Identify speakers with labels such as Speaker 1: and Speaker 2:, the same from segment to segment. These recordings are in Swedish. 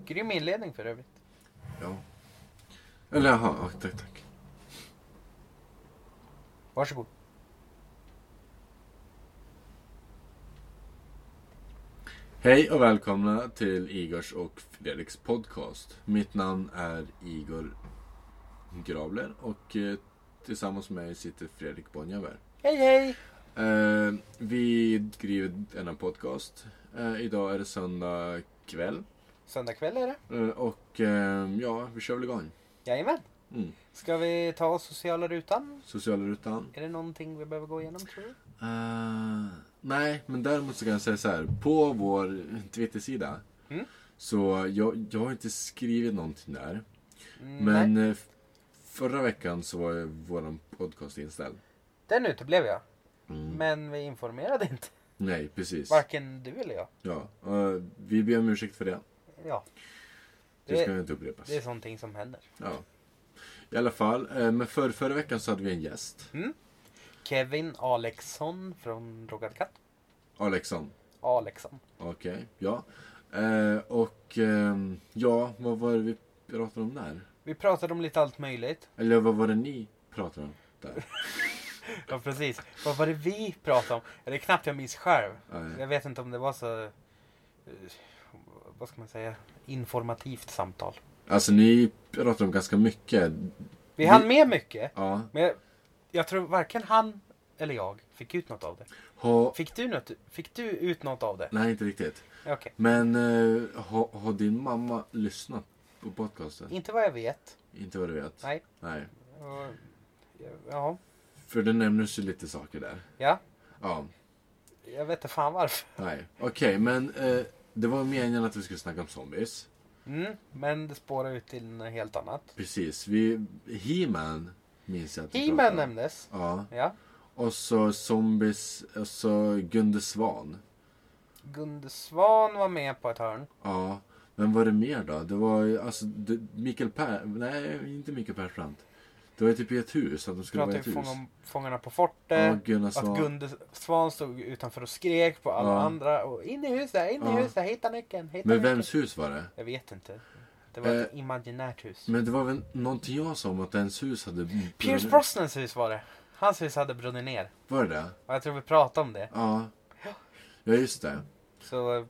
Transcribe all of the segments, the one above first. Speaker 1: Grym inledning för övrigt.
Speaker 2: Ja. Eller jaha, ja, tack tack.
Speaker 1: Varsågod.
Speaker 2: Hej och välkomna till Igors och Fredriks podcast. Mitt namn är Igor Gravler och eh, tillsammans med mig sitter Fredrik Bonjaver.
Speaker 1: Hej hej!
Speaker 2: Eh, vi skriver denna podcast. Eh, idag är det söndag kväll
Speaker 1: Söndag kväll är det.
Speaker 2: eh, och eh, ja, vi kör väl igång.
Speaker 1: Jajamän.
Speaker 2: Mm.
Speaker 1: Ska vi ta sociala rutan?
Speaker 2: Sociala rutan.
Speaker 1: Är det någonting vi behöver gå igenom tror du?
Speaker 2: Eh, nej, men däremot så kan jag säga så här. På vår Twittersida.
Speaker 1: Mm.
Speaker 2: Så jag, jag har inte skrivit någonting där.
Speaker 1: Mm,
Speaker 2: Men
Speaker 1: nej.
Speaker 2: eh, f- förra veckan så var ju vår podcast inställd.
Speaker 1: Den uteblev jag.
Speaker 2: Mm.
Speaker 1: Men vi informerade inte.
Speaker 2: Nej, precis.
Speaker 1: Varken du eller jag.
Speaker 2: Ja, eh, vi ber om ursäkt för det.
Speaker 1: Ja.
Speaker 2: Det ska
Speaker 1: Det,
Speaker 2: ju inte upprepas.
Speaker 1: det är sånting som händer.
Speaker 2: Ja. I alla fall, eh, men för, förra veckan så hade vi en gäst.
Speaker 1: Kevin Alexson från Rogad Katt.
Speaker 2: Alexson.
Speaker 1: Alexson.
Speaker 2: Okej, ja. Eh, och ehm, ja, vad var det vi pratade om där?
Speaker 1: Vi pratade om lite allt möjligt.
Speaker 2: Eller vad var det ni pratade om där?
Speaker 1: Ja precis. Vad var det vi pratade om? Ja, Det är knappt jag minns själv.
Speaker 2: Nej.
Speaker 1: Jag vet inte om det var så... eh, Vad ska man säga? Informativt samtal.
Speaker 2: Alltså ni pratade om ganska mycket.
Speaker 1: Vi
Speaker 2: Vi-
Speaker 1: hann med mycket.
Speaker 2: Ja.
Speaker 1: Men jag, jag tror varken han eller jag fick ut något av det.
Speaker 2: Ha...
Speaker 1: Fick du, något, fick du ut något av det?
Speaker 2: Nej, inte riktigt.
Speaker 1: Okej.
Speaker 2: Men eh, har har din mamma lyssnat på podcasten?
Speaker 1: Inte vad jag vet.
Speaker 2: Inte vad du vet?
Speaker 1: Nej.
Speaker 2: Nej.
Speaker 1: Och- Ja.
Speaker 2: För det nämndes ju lite saker där.
Speaker 1: Ja.
Speaker 2: Ja.
Speaker 1: Jag vet inte fan varför.
Speaker 2: Nej. Okej, men eh, det var meningen att vi skulle snacka om zombies.
Speaker 1: Mm, men det spårar ut till något helt annat.
Speaker 2: Precis. Vi... He-Man minns jag att vi
Speaker 1: He-Man
Speaker 2: pratade om.
Speaker 1: nämndes.
Speaker 2: Ja.
Speaker 1: Ja.
Speaker 2: Och så Zombies, och så Gunde Svan.
Speaker 1: Gunde Svan var med på ett hörn.
Speaker 2: Ja, men var det mer då? Det var ju, alltså det, Mikael Per... Nej, inte Mikael Persbrandt. Det var ju typ i ett hus, att de skulle vara i
Speaker 1: Pratade
Speaker 2: ett
Speaker 1: ju
Speaker 2: hus.
Speaker 1: fång, Fångarna på fortet.
Speaker 2: Ja, Gunnar
Speaker 1: att
Speaker 2: Svan.
Speaker 1: Gunde Svan stod utanför och skrek på alla
Speaker 2: Ja.
Speaker 1: andra. Och in i huset, in i
Speaker 2: Ja.
Speaker 1: huset, hitta nyckeln, hitta
Speaker 2: Men
Speaker 1: nyckeln.
Speaker 2: vems hus var det?
Speaker 1: Jag vet inte. Det var ett imaginärt hus.
Speaker 2: Men det var väl någonting jag sa om att ens hus hade...
Speaker 1: Pierce Brosnans hus var det. Hans hus hade brunnit ner.
Speaker 2: Var det det?
Speaker 1: Och jag tror vi pratade om det.
Speaker 2: Ja. Ja, just det.
Speaker 1: Så eh,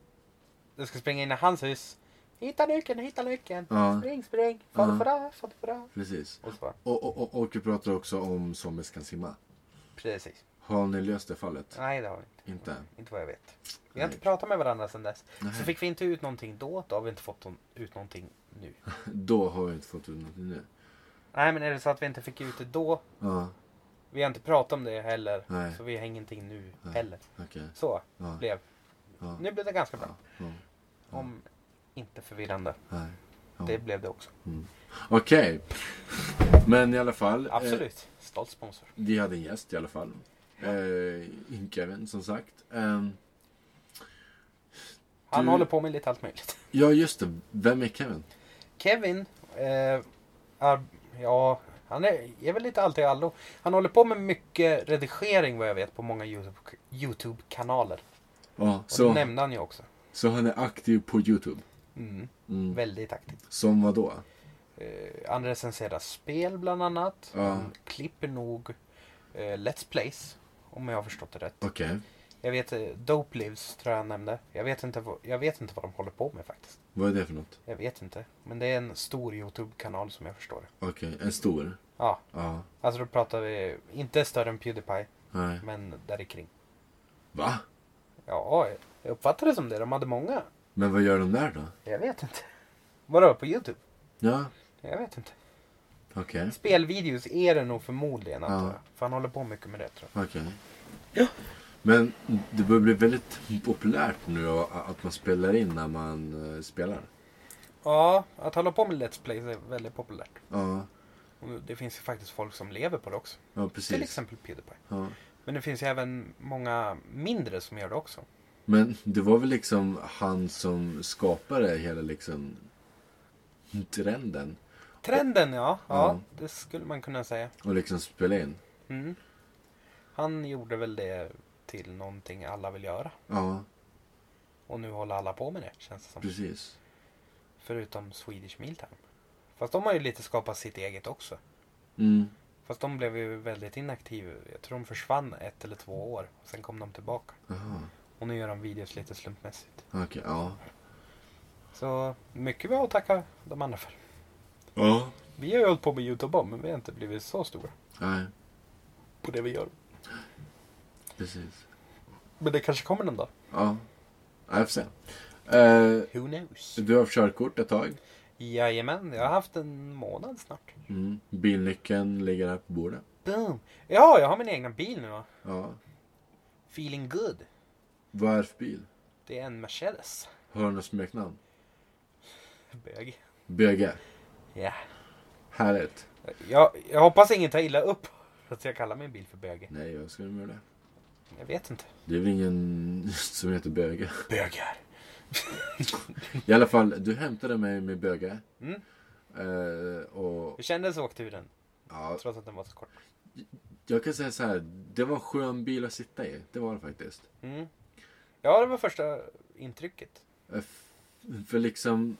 Speaker 1: du ska springa in i hans hus. Hitta nyckeln, hitta nyckeln.
Speaker 2: Ja.
Speaker 1: Spring, spring. Fadderfadda, fadderfadda.
Speaker 2: Precis.
Speaker 1: Och så.
Speaker 2: Och, och, och, och vi pratade också om zombies kan simma.
Speaker 1: Precis.
Speaker 2: Har ni löst det fallet?
Speaker 1: Nej, det har vi inte.
Speaker 2: Inte?
Speaker 1: Inte vad jag vet. Vi har
Speaker 2: Nej.
Speaker 1: inte pratat med varandra sedan dess. Så
Speaker 2: Nej.
Speaker 1: fick vi inte ut någonting då, då har vi inte fått någon- ut någonting nu.
Speaker 2: Då har vi inte fått ut någonting nu.
Speaker 1: Nej, men är det så att vi inte fick ut det då.
Speaker 2: Ja,
Speaker 1: Vi har inte pratat om det heller.
Speaker 2: Nej.
Speaker 1: Så vi har ingenting nu
Speaker 2: Nej.
Speaker 1: heller.
Speaker 2: okej.
Speaker 1: Så
Speaker 2: Ja,
Speaker 1: blev.
Speaker 2: ja,
Speaker 1: Nu blev det ganska bra.
Speaker 2: ja,
Speaker 1: Om inte förvirrande.
Speaker 2: nej. Ja.
Speaker 1: Det blev det också.
Speaker 2: Okej. Men i alla fall. Eh,
Speaker 1: Absolut. Stolt sponsor.
Speaker 2: vi hade en gäst i alla fall. Eh, Kevin som sagt. Eh,
Speaker 1: Han
Speaker 2: Du-
Speaker 1: håller på med lite allt möjligt.
Speaker 2: ja just det. Vem är Kevin?
Speaker 1: Kevin, eh, är, ja, han är, är väl lite allt i allo. Han håller på med mycket redigering vad jag vet på många YouTube- YouTube-kanaler.
Speaker 2: Ja,
Speaker 1: Och det
Speaker 2: så,
Speaker 1: nämnde han ju också.
Speaker 2: så han är aktiv på Youtube.
Speaker 1: Mm.
Speaker 2: Mm.
Speaker 1: Väldigt aktivt.
Speaker 2: Som vad då?
Speaker 1: Eh, han recenserar spel bland annat.
Speaker 2: Ja.
Speaker 1: Han klipper nog eh, Let's Plays. Om jag har förstått det rätt.
Speaker 2: Okej.
Speaker 1: Jag vet, eh, Dope Lives tror jag han nämnde. Jag vet, inte, vad- jag vet inte vad de håller på med faktiskt.
Speaker 2: Vad är det för något?
Speaker 1: Jag vet inte. Men det är en stor YouTube-kanal som jag förstår det.
Speaker 2: Okej, en stor?
Speaker 1: Ja,
Speaker 2: Ja.
Speaker 1: alltså då pratar vi inte större än Pewdiepie,
Speaker 2: Nej.
Speaker 1: men där i kring.
Speaker 2: Va?
Speaker 1: Ja, jag uppfattade det som det. De hade många.
Speaker 2: Men vad gör de där då?
Speaker 1: Jag vet inte. Vadå, på YouTube?
Speaker 2: Ja,
Speaker 1: Jag vet inte.
Speaker 2: okej.
Speaker 1: Spelvideos är det nog förmodligen, antar
Speaker 2: Ja.
Speaker 1: jag. För han håller på mycket med det, tror jag.
Speaker 2: Okej. Men det börjar bli väldigt populärt nu att man spelar in när man eh, spelar.
Speaker 1: Ja, att hålla på med Let's Plays är väldigt populärt.
Speaker 2: Ja,
Speaker 1: Och det finns ju faktiskt folk som lever på det också.
Speaker 2: ja
Speaker 1: Till
Speaker 2: precis.
Speaker 1: exempel Pewdiepie.
Speaker 2: Ja.
Speaker 1: Men det finns ju även många mindre som gör det också.
Speaker 2: Men det var väl liksom han som skapade hela liksom trenden
Speaker 1: Trenden, ja. Ja,
Speaker 2: Ja.
Speaker 1: det skulle man kunna säga.
Speaker 2: och liksom spela in.
Speaker 1: Mm. Han gjorde väl det till någonting alla vill göra.
Speaker 2: Ja,
Speaker 1: Och nu håller alla på med det, känns det som.
Speaker 2: precis.
Speaker 1: Förutom Swedish Mealtime. Fast de har ju lite skapat sitt eget också.
Speaker 2: Mm.
Speaker 1: Fast de blev ju väldigt inaktiva. Jag tror de försvann ett eller två år. Sen kom de tillbaka.
Speaker 2: Jaha.
Speaker 1: Och nu gör de videos lite slumpmässigt.
Speaker 2: Okej, ja.
Speaker 1: Så mycket vi har att tacka de andra för.
Speaker 2: Ja.
Speaker 1: Vi har ju hållit på med Youtube om, men vi har inte blivit så stora
Speaker 2: Nej,
Speaker 1: på det vi gör.
Speaker 2: precis.
Speaker 1: Men det kanske kommer någon dag.
Speaker 2: Ja. Ja, Jag får se. Eh,
Speaker 1: Who knows?
Speaker 2: du har haft körkort ett tag.
Speaker 1: Jajamän, jag har haft en månad snart.
Speaker 2: Mm. Bilnyckeln ligger här på bordet.
Speaker 1: Boom! Ja, jag har min egna bil nu va?
Speaker 2: Ja.
Speaker 1: Feeling good.
Speaker 2: Vad är det för bil?
Speaker 1: Det är en Mercedes.
Speaker 2: Har du något smeknamn?
Speaker 1: Bög.
Speaker 2: Böge.
Speaker 1: Ja.
Speaker 2: Härligt.
Speaker 1: Jag, jag hoppas ingen tar illa upp att jag kallar min bil för böge.
Speaker 2: Nej, vad ska du göra det?
Speaker 1: Jag vet inte.
Speaker 2: Det är väl ingen som heter Böge.
Speaker 1: Bögar.
Speaker 2: I alla fall, du hämtade mig med Böge.
Speaker 1: Mm.
Speaker 2: Eh, och
Speaker 1: Hur kändes åkturen?
Speaker 2: ja,
Speaker 1: Trots att den var så kort.
Speaker 2: jag kan säga så här. Det var en skön bil att sitta i. Det var det faktiskt.
Speaker 1: Mm. Ja, det var första intrycket.
Speaker 2: Eh, f- För liksom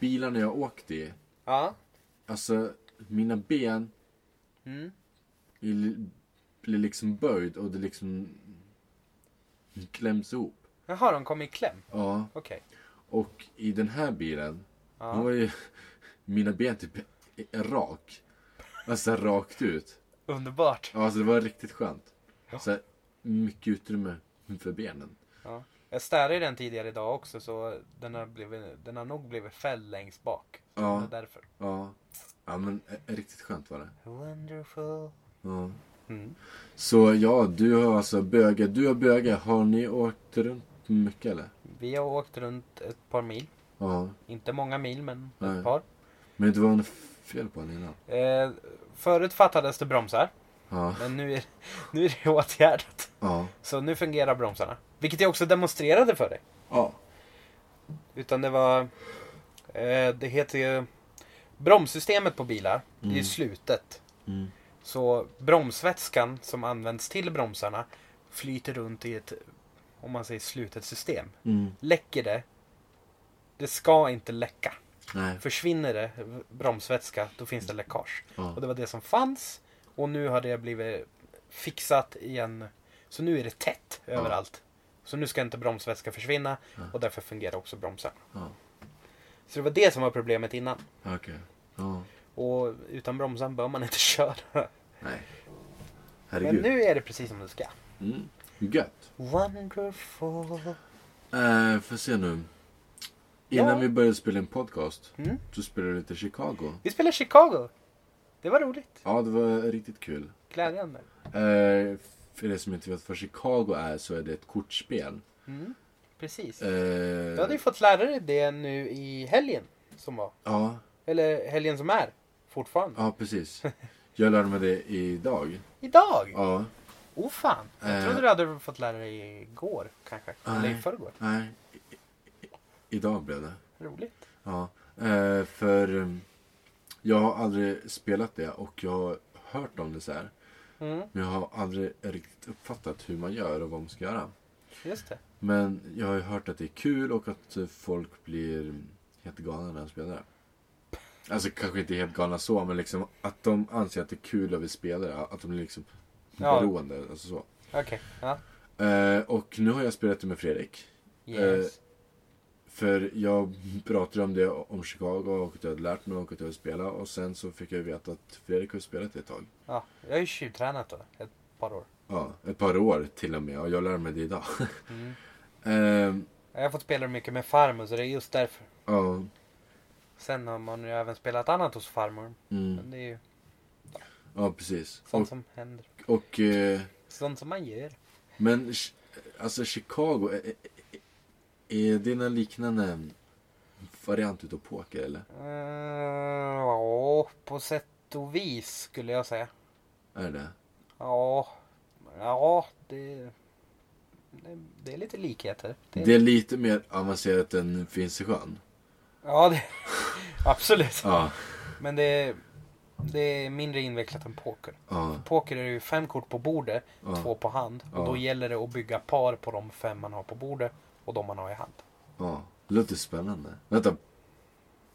Speaker 2: bilarna jag åkte i.
Speaker 1: Ja.
Speaker 2: Alltså mina ben
Speaker 1: Mm.
Speaker 2: är li- blir liksom böjd och det liksom kläms ihop.
Speaker 1: Jaha, de kom i kläm.
Speaker 2: Ja,
Speaker 1: Okej.
Speaker 2: och i den här bilen. Nu var
Speaker 1: Ja.
Speaker 2: ju mina ben typ rak. Alltså rakt ut.
Speaker 1: Underbart.
Speaker 2: Ja, alltså det var riktigt skönt.
Speaker 1: Ja.
Speaker 2: Så här, mycket utrymme för benen.
Speaker 1: Ja. Jag stärade ju den tidigare idag också så den har, blivit, den har nog blivit fälld längst bak.
Speaker 2: Ja.
Speaker 1: Det är därför.
Speaker 2: Ja, ja men eh, riktigt skönt var det.
Speaker 1: Wonderful.
Speaker 2: Ja.
Speaker 1: Mm.
Speaker 2: Så ja, du har alltså böge. Du har böge. Har ni åkt runt mycket eller?
Speaker 1: Vi har åkt runt ett par mil.
Speaker 2: Ja.
Speaker 1: Inte många mil men
Speaker 2: Nej.
Speaker 1: ett par.
Speaker 2: Men det var något fel på den innan.
Speaker 1: Eh, förut fattades det bromsar.
Speaker 2: Ja.
Speaker 1: Men nu är, nu är det åtgärdat.
Speaker 2: Ja.
Speaker 1: Så nu fungerar bromsarna. Vilket jag också demonstrerade för dig.
Speaker 2: Ja.
Speaker 1: Utan det var... Eh, det heter ju... Bromssystemet på bilar, det är ju slutet.
Speaker 2: Mm.
Speaker 1: Så bromsvätskan som används till bromsarna flyter runt i ett, om man säger slutet system.
Speaker 2: Mm.
Speaker 1: Läcker det, det ska inte läcka.
Speaker 2: Nej.
Speaker 1: Försvinner det bromsvätska, då finns det läckage.
Speaker 2: Ja.
Speaker 1: Och det var det som fanns. Och nu har det blivit fixat igen. Så nu är det tätt överallt. Så nu ska inte bromsvätska försvinna. Och därför fungerar också bromsarna.
Speaker 2: Ja.
Speaker 1: Så det var det som var problemet innan.
Speaker 2: Okej. Ja.
Speaker 1: Och utan bromsan bör man inte köra.
Speaker 2: Nej.
Speaker 1: Men
Speaker 2: Herregud.
Speaker 1: nu är det precis som det ska.
Speaker 2: Mm. Gött.
Speaker 1: Wonderful.
Speaker 2: Eh, får se nu. Innan
Speaker 1: Ja.
Speaker 2: vi började spela in podcast
Speaker 1: Mm.
Speaker 2: så spelade vi lite Chicago.
Speaker 1: Vi spelar Chicago. Det var roligt.
Speaker 2: Ja, det var riktigt kul.
Speaker 1: Glädjande.
Speaker 2: Eh, för er som inte vet vad Chicago är så är det ett kortspel.
Speaker 1: Mm. Precis.
Speaker 2: Eh,
Speaker 1: Du hade ju fått lära dig det nu i helgen som var.
Speaker 2: ja,
Speaker 1: Eller helgen som är. Fortfarande.
Speaker 2: ja, precis. Jag lärde mig det idag.
Speaker 1: Idag!
Speaker 2: Ja,
Speaker 1: Oh fan! Jag
Speaker 2: Eh.
Speaker 1: trodde du hade fått lära dig igår kanske. Eller i
Speaker 2: Nej.
Speaker 1: förrgår.
Speaker 2: nej. i- i- Idag blev det.
Speaker 1: Roligt.
Speaker 2: Ja, eh, för mm, jag har aldrig spelat det och jag har hört om det så här.
Speaker 1: Mm,
Speaker 2: Men jag har aldrig riktigt uppfattat hur man gör och vad man ska göra.
Speaker 1: just det.
Speaker 2: Men jag har ju hört att det är kul och att eh, folk blir helt galna när de spelar det. Alltså kanske inte helt galna så, men liksom att de anser att det är kul att vi spelar det. Att de blir liksom
Speaker 1: Ja.
Speaker 2: beroende. Alltså så.
Speaker 1: Okej. Ja.
Speaker 2: Eh, och nu har jag spelat det med Fredrik.
Speaker 1: Yes.
Speaker 2: För jag pratade om det om Chicago och att jag hade lärt mig och att jag hade spelat. Och sen så fick jag veta att Fredrik har spelat det ett tag.
Speaker 1: Ja, jag har ju tjuvtränat då. Ett par år.
Speaker 2: Ja, ett par år till och med. Och jag lärde mig det idag.
Speaker 1: Mm.
Speaker 2: Ehm,
Speaker 1: Jag har fått spela mycket med farmor så det är just därför.
Speaker 2: Ja.
Speaker 1: Sen har man ju även spelat annat hos farmor.
Speaker 2: Mm.
Speaker 1: Men det är ju
Speaker 2: Ja, precis.
Speaker 1: sånt
Speaker 2: Och,
Speaker 1: som händer.
Speaker 2: och eh,
Speaker 1: Sånt som man gör.
Speaker 2: Men Chi- alltså Chicago, är, är- är det någon liknande variant utav poker eller?
Speaker 1: Eh, Ja, på sätt och vis skulle jag säga.
Speaker 2: Är det
Speaker 1: Ja, ja det, det, det är lite likheter.
Speaker 2: det? Det är lite mer avancerat än Finns i sjön.
Speaker 1: Ja, det, absolut.
Speaker 2: Ja,
Speaker 1: Men det, det är mindre invecklat än poker.
Speaker 2: ja,
Speaker 1: Poker är det ju fem kort på bordet,
Speaker 2: Ja.
Speaker 1: två på hand. Och
Speaker 2: Ja.
Speaker 1: då gäller det att bygga par på de fem man har på bordet och de man har i hand.
Speaker 2: ja. Det låter spännande. Vänta.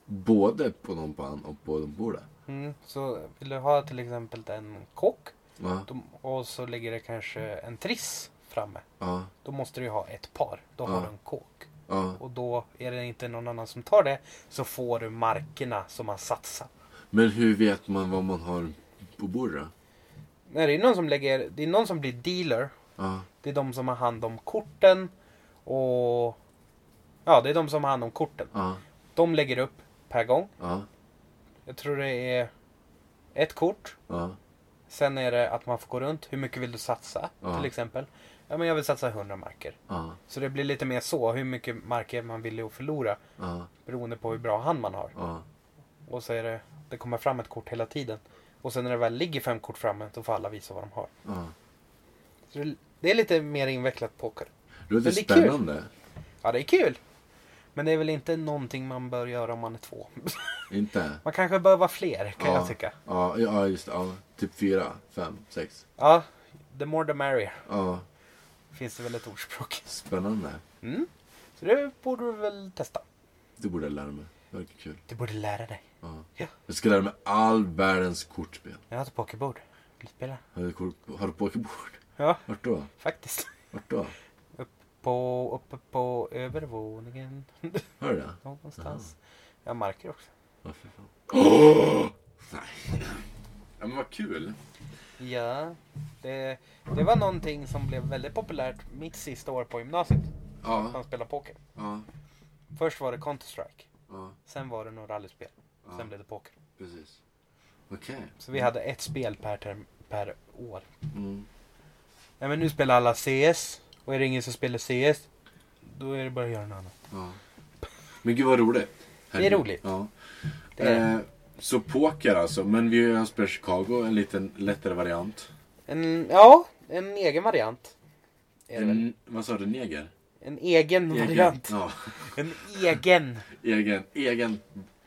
Speaker 2: Både Phnom och både Bora?
Speaker 1: Mm, så vill du ha till exempel en kock
Speaker 2: Ja.
Speaker 1: då, och så ligger det kanske en triss framme.
Speaker 2: Ja.
Speaker 1: Då måste du ju ha ett par. Då har
Speaker 2: Ja.
Speaker 1: du en kåk.
Speaker 2: Ja.
Speaker 1: Och då är det inte någon annan som tar det så får du markerna som man satsar.
Speaker 2: Men hur vet man vad man har på Bora?
Speaker 1: Nej, det är någon som lägger, det är någon som blir dealer.
Speaker 2: Ja.
Speaker 1: Det är de som har hand om korten och... Ja, det är de som har hand om korten.
Speaker 2: Ja.
Speaker 1: De lägger upp per gång.
Speaker 2: Ja.
Speaker 1: Jag tror det är ett kort.
Speaker 2: Ja.
Speaker 1: Sen är det att man får gå runt. Hur mycket vill du satsa?
Speaker 2: Ja.
Speaker 1: Till exempel. Ja, men jag vill satsa 100 marker.
Speaker 2: Ja.
Speaker 1: Så det blir lite mer så. Hur mycket marker man vill ju förlora.
Speaker 2: Ja.
Speaker 1: Beroende på hur bra hand man har.
Speaker 2: Ja.
Speaker 1: Och så är det, det kommer fram ett kort hela tiden. Och sen när det väl ligger fem kort framme, då får alla visa vad de har.
Speaker 2: ja.
Speaker 1: Så det, det är lite mer invecklat poker.
Speaker 2: Det låter
Speaker 1: det är kul.
Speaker 2: spännande.
Speaker 1: Ja, det är kul! Men det är väl inte någonting man bör göra om man är två.
Speaker 2: Inte?
Speaker 1: Man kanske bör vara fler, kan
Speaker 2: ja.
Speaker 1: jag tycka.
Speaker 2: Ja, ja just det. Ja. Typ fyra, fem, sex.
Speaker 1: Ja, the more the merrier.
Speaker 2: Ja.
Speaker 1: Finns det väl ett ordspråk.
Speaker 2: Spännande.
Speaker 1: Mm. Så det borde du väl testa.
Speaker 2: Det borde jag lära mig. Det verkar kul.
Speaker 1: Du borde lära dig.
Speaker 2: Ja.
Speaker 1: Ja.
Speaker 2: Jag ska lära mig all världens kortspel.
Speaker 1: Jag har ett pokerbord. Vill du spela?
Speaker 2: Har du, kort, har du pokerbord?
Speaker 1: Ja,
Speaker 2: Vart då?
Speaker 1: faktiskt.
Speaker 2: Vart då?
Speaker 1: På, uppe på övervåningen.
Speaker 2: Har du det?
Speaker 1: Någonstans.
Speaker 2: Mm.
Speaker 1: Jag har marker också.
Speaker 2: Ja, för fan. Åh! Nej. Ja, men vad kul.
Speaker 1: Ja, det, det var någonting som blev väldigt populärt mitt sista år på gymnasiet. Att
Speaker 2: Ja,
Speaker 1: man spelade poker.
Speaker 2: ja,
Speaker 1: Först var det Counter-Strike.
Speaker 2: ja,
Speaker 1: Sen var det några rallyspel. Sen
Speaker 2: Ja.
Speaker 1: blev det poker.
Speaker 2: precis. Okej.
Speaker 1: Så vi hade ett spel per, term, per år.
Speaker 2: Mm.
Speaker 1: Nej men nu spelar alla CS. Och är det ingen som spelar CS. Då är det bara att göra något annat.
Speaker 2: Ja. Men gud vad roligt.
Speaker 1: Det är roligt.
Speaker 2: Ja.
Speaker 1: Det är det.
Speaker 2: Eh, så poker alltså, men vi har spelat Chicago, en liten lättare variant.
Speaker 1: En, ja, en egen variant. Är det väl.
Speaker 2: En, vad sa du, neger?
Speaker 1: En egen, variant.
Speaker 2: Ja,
Speaker 1: En egen.
Speaker 2: egen, egen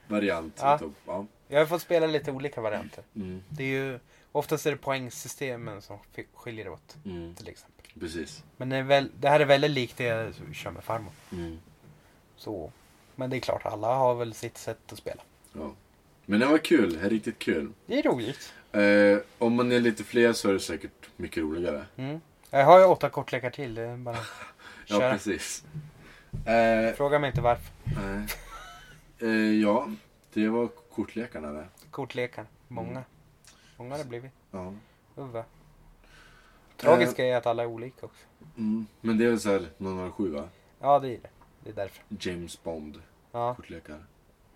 Speaker 2: variant.
Speaker 1: Ja.
Speaker 2: Tog, ja.
Speaker 1: Jag har fått spela lite olika varianter.
Speaker 2: Mm,
Speaker 1: Det är ju, oftast är det poängsystemen som fi- skiljer åt.
Speaker 2: mm,
Speaker 1: Till exempel.
Speaker 2: precis.
Speaker 1: Men det, är väl, det här är väldigt likt det jag kör med farmor.
Speaker 2: Mm,
Speaker 1: Så. Men det är klart, alla har väl sitt sätt att spela.
Speaker 2: ja. Men det var kul, det är riktigt kul.
Speaker 1: Det är roligt.
Speaker 2: Eh, om man är lite fler så är det säkert mycket roligare.
Speaker 1: Mm. Jag har ju åtta kortlekar till. Det är bara
Speaker 2: Ja,
Speaker 1: köra.
Speaker 2: precis. Eh,
Speaker 1: Fråga mig inte varför.
Speaker 2: nej. eh, ja, det var kortlekarna det.
Speaker 1: Kortlekar. Många. Många har det blivit.
Speaker 2: Ja.
Speaker 1: Uva. Tragiska
Speaker 2: Eh.
Speaker 1: är att alla är olika också.
Speaker 2: Mm, men det är väl såhär 007 va?
Speaker 1: Ja, det är det. Det är därför.
Speaker 2: James Bond
Speaker 1: Ja.
Speaker 2: kortlekar.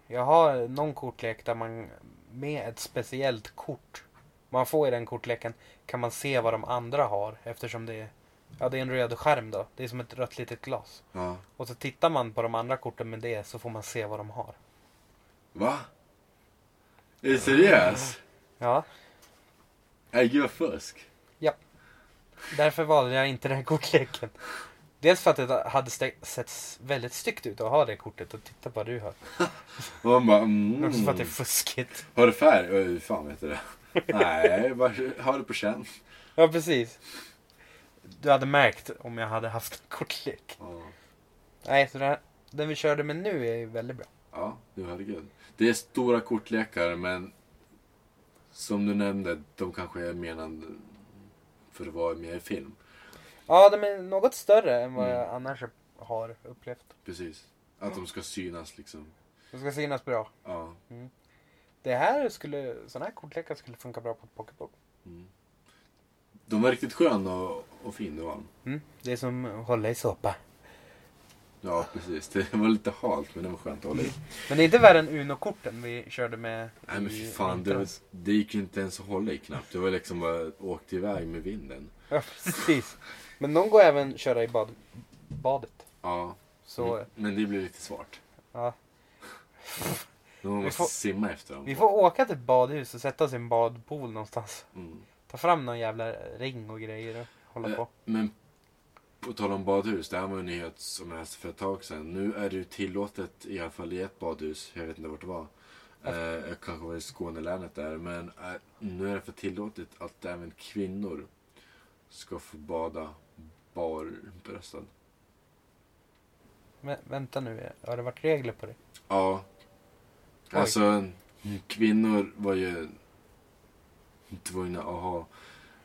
Speaker 1: Jag har någon kortlek där man med ett speciellt kort man får i den kortleken kan man se vad de andra har eftersom det är, ja, det är en röd skärm då. Det är som ett rött litet glas.
Speaker 2: Ja.
Speaker 1: Och så tittar man på de andra korten med det så får man se vad de har.
Speaker 2: Va? Är du seriös?
Speaker 1: Ja,
Speaker 2: Nej gud vad fusk.
Speaker 1: därför valde jag inte den här kortleken. Dels för att det hade ste- sett väldigt styggt ut att ha det kortet och titta på vad du har.
Speaker 2: Och man bara
Speaker 1: Men också för att det är
Speaker 2: mm.
Speaker 1: fuskigt.
Speaker 2: Har du färg? Öh, hur fan vet du det? Nej, bara har du på känn.
Speaker 1: Ja, precis. Du hade märkt om jag hade haft en kortlek.
Speaker 2: Ja.
Speaker 1: Nej, så den, här, den vi körde med nu är ju väldigt bra.
Speaker 2: Ja, du herregud. Det är stora kortlekar men som du nämnde, de kanske är menade för att vara med i film.
Speaker 1: Ja, de är något större än vad
Speaker 2: Mm.
Speaker 1: jag annars har upplevt.
Speaker 2: Precis. Att de ska synas liksom.
Speaker 1: Det ska synas bra.
Speaker 2: Ja.
Speaker 1: Det här skulle, sådana här kortlekar skulle funka bra på ett pocketbok.
Speaker 2: De var riktigt sköna och, och fina var de.
Speaker 1: Mm. Det är som att hålla i såpa.
Speaker 2: Ja, precis. Det var lite halt men det var skönt att hålla i.
Speaker 1: Men det är inte värre än Uno-korten vi körde med
Speaker 2: Nej men fy
Speaker 1: i
Speaker 2: fan, det, var,
Speaker 1: vintras.
Speaker 2: det gick ju inte ens att hålla i knappt. Det var liksom bara åkte iväg med vinden.
Speaker 1: Ja, precis. Men de går även att köra i bad, badet.
Speaker 2: Ja,
Speaker 1: Så eh,
Speaker 2: mm, men det blev lite svårt.
Speaker 1: ja,
Speaker 2: Då man
Speaker 1: Vi
Speaker 2: måste
Speaker 1: får-
Speaker 2: simma efter dem.
Speaker 1: vi får åka till ett badhus och sätta oss i en badpool någonstans.
Speaker 2: Mm.
Speaker 1: Ta fram någon jävla ring och grejer och hålla
Speaker 2: Eh,
Speaker 1: på.
Speaker 2: Men på tal om badhus, det här var en nyhet som jag läste för ett tag sedan. Nu är det ju tillåtet, i alla fall i ett badhus, jag vet inte vart det var. Eh, jag kanske var i Skånelänet där, men eh, nu är det för tillåtet att även kvinnor ska få bada barbröstad.
Speaker 1: Vä- vänta nu, har det varit regler på det?
Speaker 2: Ja.
Speaker 1: Oj.
Speaker 2: Alltså, kvinnor var ju tvungna att ha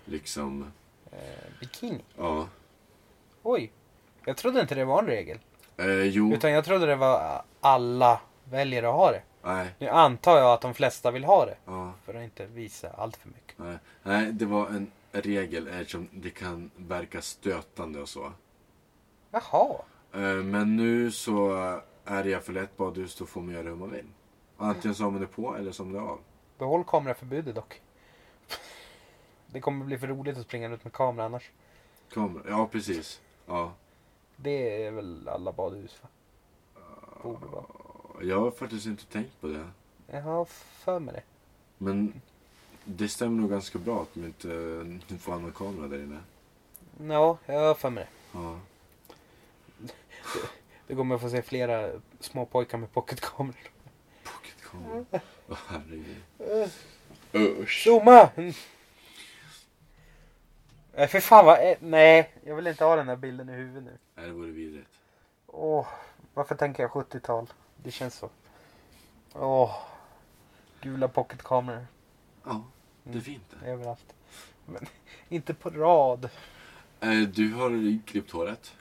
Speaker 2: liksom,
Speaker 1: Eh, bikini?
Speaker 2: ja.
Speaker 1: Oj! Jag trodde inte det var en regel.
Speaker 2: Eh, jo,
Speaker 1: Utan jag trodde det var alla väljer att ha det.
Speaker 2: nej,
Speaker 1: Nu antar jag att de flesta vill ha det.
Speaker 2: ja,
Speaker 1: För att inte visa allt för mycket.
Speaker 2: nej. nej, det var en regel eftersom det kan verka stötande och så.
Speaker 1: Jaha!
Speaker 2: Eh, men nu så är jag för lätt badhus, då får man göra hur man vill. Antingen så har man det på eller så har man det av.
Speaker 1: Behåll kameraförbudet dock. Det kommer bli för roligt att springa runt med kamera annars.
Speaker 2: Kamera, ja precis. Ja.
Speaker 1: Det är väl alla badhus va? Borde vara.
Speaker 2: Jag har faktiskt inte tänkt på det.
Speaker 1: Jag har för mig det.
Speaker 2: Men det stämmer nog ganska bra att man inte eh, får ha någon kamera där inne.
Speaker 1: Ja, jag har för mig det.
Speaker 2: Ja.
Speaker 1: Du kommer att få se flera små pojkar med pocketkameror.
Speaker 2: Pocketkamera. Åh herregud. Usch.
Speaker 1: Tjomma! Nej för fan vad... eh, Nej, jag vill inte ha den här bilden i huvudet nu.
Speaker 2: Nej, det vore vidrigt.
Speaker 1: Åh, varför tänker jag 70-tal? Det känns så. Åh. Gula pocketkameror
Speaker 2: Ja, det är fint det.
Speaker 1: överallt. Men inte på rad.
Speaker 2: Eh, Du har klippt håret.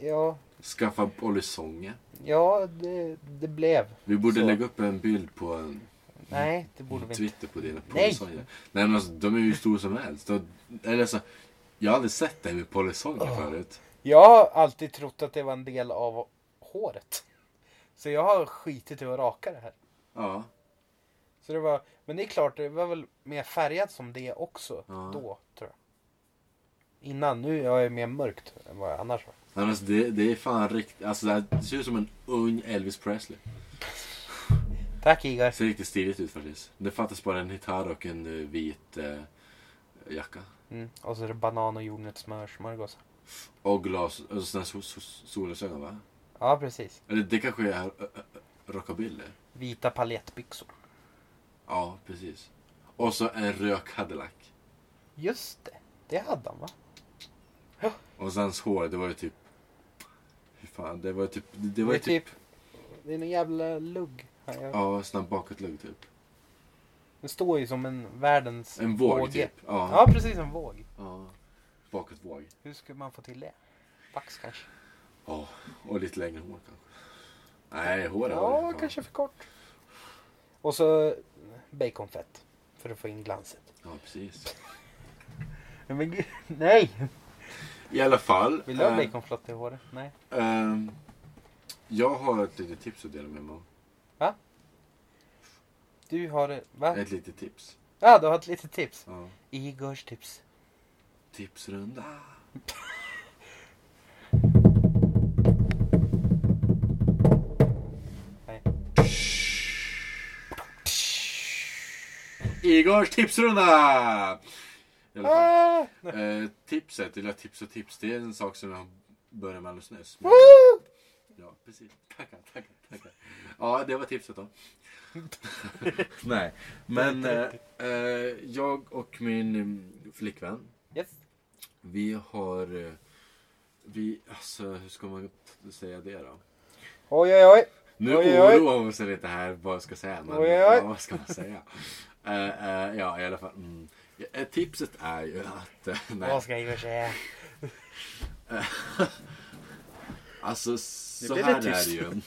Speaker 1: Ja,
Speaker 2: Skaffat polisonger.
Speaker 1: ja det, det blev.
Speaker 2: Vi borde
Speaker 1: Så.
Speaker 2: lägga upp en bild på en
Speaker 1: Nej, det borde vi inte.
Speaker 2: Twitter på dina
Speaker 1: Nej.
Speaker 2: polisonger. Nej. men alltså, de är ju hur stora som helst. De, eller så, jag har aldrig sett dig med polisonger
Speaker 1: Åh.
Speaker 2: förut.
Speaker 1: Jag har alltid trott att det var en del av håret. Så jag har skitit i att raka det här.
Speaker 2: Ja.
Speaker 1: Så det var, men det är klart, det var väl mer färgat som det också
Speaker 2: Ja.
Speaker 1: då, tror jag. Innan, nu är jag mer mörkt än vad jag annars var.
Speaker 2: Annars alltså, det, det är fan riktigt, alltså det här ser ut som en ung Elvis Presley.
Speaker 1: Tack Igar.
Speaker 2: Det ser riktigt stiligt ut faktiskt. Det fattas bara en gitarr och en eh, vit eh, jacka.
Speaker 1: Mm. Och så är det banan och jordnötssmör, smörgåsar.
Speaker 2: Och glas, och sådana sol, sol, solglasögon va?
Speaker 1: Ja, precis.
Speaker 2: Eller det kanske är eh, eh, rockabilly?
Speaker 1: Vita palettbyxor.
Speaker 2: Ja, precis. Och så en röd Cadillac.
Speaker 1: Just det, det hade han va?
Speaker 2: Och så hans hår, det var ju typ... Hur fan, det var ju typ... Det, det var ju typ...
Speaker 1: Det är någon jävla lugg. Ja, jag-
Speaker 2: Ja, snabb bakåtlugg typ.
Speaker 1: Det står ju som en världens
Speaker 2: En våg
Speaker 1: våge.
Speaker 2: typ.
Speaker 1: Ja,
Speaker 2: Ja.
Speaker 1: precis en våg.
Speaker 2: ja. Bakåtvåg.
Speaker 1: Hur skulle man få till det? Fax kanske?
Speaker 2: Ja, och lite längre hår kanske. Nej, håret var
Speaker 1: Ja,
Speaker 2: det.
Speaker 1: kanske för kort. Och så baconfett. För att få in glanset.
Speaker 2: Ja, precis.
Speaker 1: Nej, Men gud, nej!
Speaker 2: I alla fall.
Speaker 1: Vill du ha
Speaker 2: eh,
Speaker 1: baconflott i håret? Nej.
Speaker 2: Ehm, jag har ett litet tips att dela med mig av.
Speaker 1: Du har det, va?
Speaker 2: Ett litet tips.
Speaker 1: Ja, du har ett litet tips.
Speaker 2: Ja.
Speaker 1: Igors tips.
Speaker 2: Tipsrunda.
Speaker 1: Nej.
Speaker 2: Igors tipsrunda! I alla fall.
Speaker 1: Ah!
Speaker 2: Eh, tipset, eller tips och tips, det är en sak som jag började med alldeles nyss.
Speaker 1: Woo!
Speaker 2: Ja, precis. Tackar, tackar, tackar. Ja, det var tipset då. Nej, men eh, eh, jag och min mm, flickvän,
Speaker 1: Yes.
Speaker 2: vi har... eh, Vi, alltså hur ska man säga det då?
Speaker 1: Oj, oj, oj.
Speaker 2: Nu
Speaker 1: Oj, oj.
Speaker 2: oroar hon sig lite här vad jag ska säga. Men
Speaker 1: Oj, oj.
Speaker 2: Ja, vad ska man säga? Eh, eh, ja, i alla fall. Mm. Eh, tipset är ju att... eh, nej,
Speaker 1: Vad ska Igor säga?
Speaker 2: alltså så
Speaker 1: blir
Speaker 2: här är
Speaker 1: det tyst.
Speaker 2: det ju.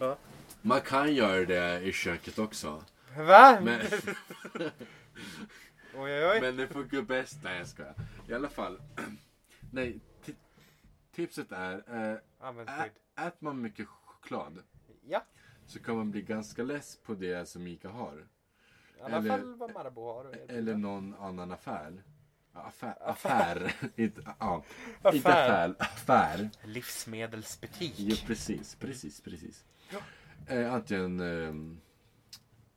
Speaker 1: Ja.
Speaker 2: Man kan göra det i köket också.
Speaker 1: Va?
Speaker 2: Men,
Speaker 1: Oj, oj, oj.
Speaker 2: men det funkar bäst. Nej, jag skojar. I alla fall. Nej, ti- tipset är... eh, ä-
Speaker 1: Användskydd.
Speaker 2: Ät man mycket choklad
Speaker 1: Ja,
Speaker 2: så kan man bli ganska less på det som Ica har.
Speaker 1: i alla
Speaker 2: Eller-
Speaker 1: fall vad Marabou har. att erbjuda.
Speaker 2: Eller någon annan affär. Affär. affär. inte, ja. inte
Speaker 1: Affär.
Speaker 2: affär. Affär.
Speaker 1: Livsmedelsbutik.
Speaker 2: Ja, precis. Precis, precis.
Speaker 1: Ja.
Speaker 2: Eh, antingen... ehm,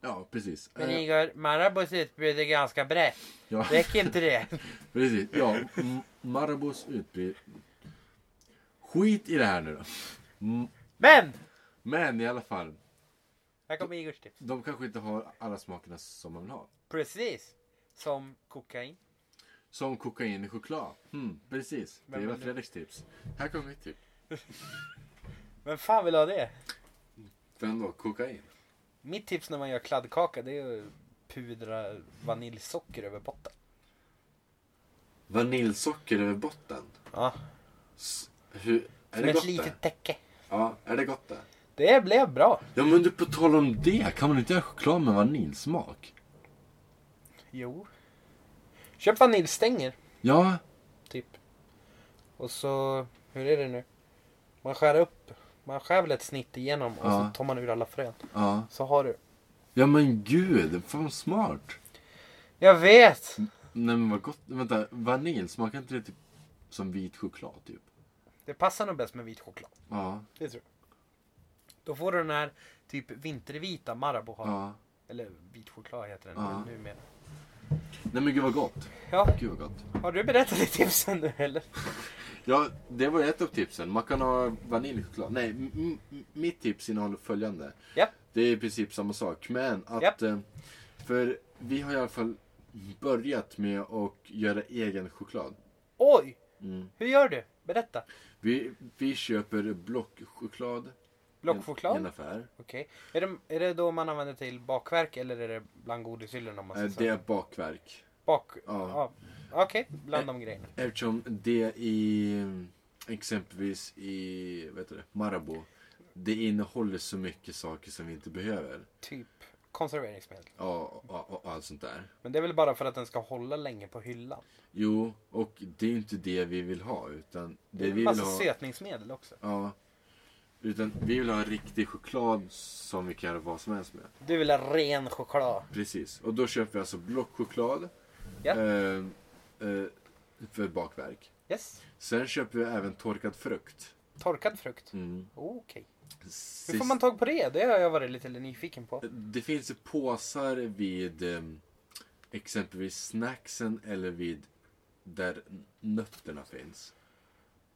Speaker 2: ja, precis.
Speaker 1: Men
Speaker 2: Eh,
Speaker 1: Igor, Marabous utbud är ganska brett.
Speaker 2: ja,
Speaker 1: Räcker inte det?
Speaker 2: precis. Ja, M- Marabous utbud. Skit i det här nu då. M-
Speaker 1: Men!
Speaker 2: Men i alla fall.
Speaker 1: Här kommer Igors tips.
Speaker 2: De kanske inte har alla smakerna som man vill ha.
Speaker 1: Precis. Som kokain.
Speaker 2: Som kokain i choklad. Mm, precis.
Speaker 1: Men-
Speaker 2: det var
Speaker 1: men-
Speaker 2: Fredriks tips. Här kommer mitt tips.
Speaker 1: Vem fan vill ha det?
Speaker 2: Vem då? Kokain?
Speaker 1: Mitt tips när man gör kladdkaka det är att pudra vaniljsocker över botten.
Speaker 2: Vaniljsocker över botten?
Speaker 1: Ja,
Speaker 2: S- hur, är
Speaker 1: som
Speaker 2: det
Speaker 1: ett
Speaker 2: gott
Speaker 1: litet
Speaker 2: det?
Speaker 1: täcke.
Speaker 2: Ja, är det gott det?
Speaker 1: Det blev bra.
Speaker 2: Ja men du, på tal om det, kan man inte göra choklad med vaniljsmak?
Speaker 1: Jo. Köp vaniljstänger,
Speaker 2: Ja,
Speaker 1: typ. Och så, hur är det nu? Man skär upp, man skär väl ett snitt igenom och
Speaker 2: Ja.
Speaker 1: så tar man ur alla frön.
Speaker 2: ja.
Speaker 1: Så har du.
Speaker 2: Ja men gud, fan smart.
Speaker 1: Jag vet!
Speaker 2: Nej men vad gott. Vänta, vanilj, smakar inte det typ som vit choklad typ?
Speaker 1: Det passar nog bäst med vit choklad.
Speaker 2: Ja,
Speaker 1: Det tror jag. Då får du den här typ vintervita Marabou har.
Speaker 2: ja.
Speaker 1: Eller vit choklad heter den
Speaker 2: Ja.
Speaker 1: väl numera.
Speaker 2: Nej men gud vad gott.
Speaker 1: Ja,
Speaker 2: Gud vad gott.
Speaker 1: har du berättat ditt tips nu eller?
Speaker 2: Ja, det var ett av tipsen. Man kan ha vaniljchoklad. Nej, m- m- m- mitt tips innehåller följande.
Speaker 1: Japp.
Speaker 2: Det är i princip samma sak. Men att...
Speaker 1: Japp.
Speaker 2: eh, För vi har i alla fall börjat med att göra egen choklad.
Speaker 1: Oj!
Speaker 2: Mm.
Speaker 1: Hur gör du? Berätta.
Speaker 2: Vi, vi köper blockchoklad i en- i en
Speaker 1: Blockchoklad?
Speaker 2: affär.
Speaker 1: Okej. Är, det, är det då man använder till bakverk eller är det bland godishyllorna? om man
Speaker 2: Eh,
Speaker 1: säger så?
Speaker 2: Det är bakverk.
Speaker 1: Bak...
Speaker 2: Ja.
Speaker 1: Ja. Okej, bland de grejerna.
Speaker 2: Eftersom det i exempelvis i vad heter det, Marabou det innehåller så mycket saker som vi inte behöver.
Speaker 1: Typ konserveringsmedel.
Speaker 2: Ja, och, och, och allt sånt där.
Speaker 1: Men det är väl bara för att den ska hålla länge på hyllan?
Speaker 2: Jo, och det är ju inte det vi vill ha utan det vi vill
Speaker 1: massa
Speaker 2: ha...
Speaker 1: sötningsmedel också.
Speaker 2: Ja. Utan vi vill ha riktig choklad som vi kan göra vad som helst med.
Speaker 1: Du vill ha ren choklad.
Speaker 2: Precis, och då köper vi alltså blockchoklad.
Speaker 1: Ja.
Speaker 2: Eh, eh, för bakverk.
Speaker 1: Yes.
Speaker 2: Sen köper vi även torkad frukt.
Speaker 1: Torkad frukt.
Speaker 2: Mm.
Speaker 1: Okej. Hur
Speaker 2: Sist-
Speaker 1: får man tag på det? Det har jag varit lite nyfiken på.
Speaker 2: Det finns påsar vid eh, exempelvis snacksen eller vid där nötterna finns.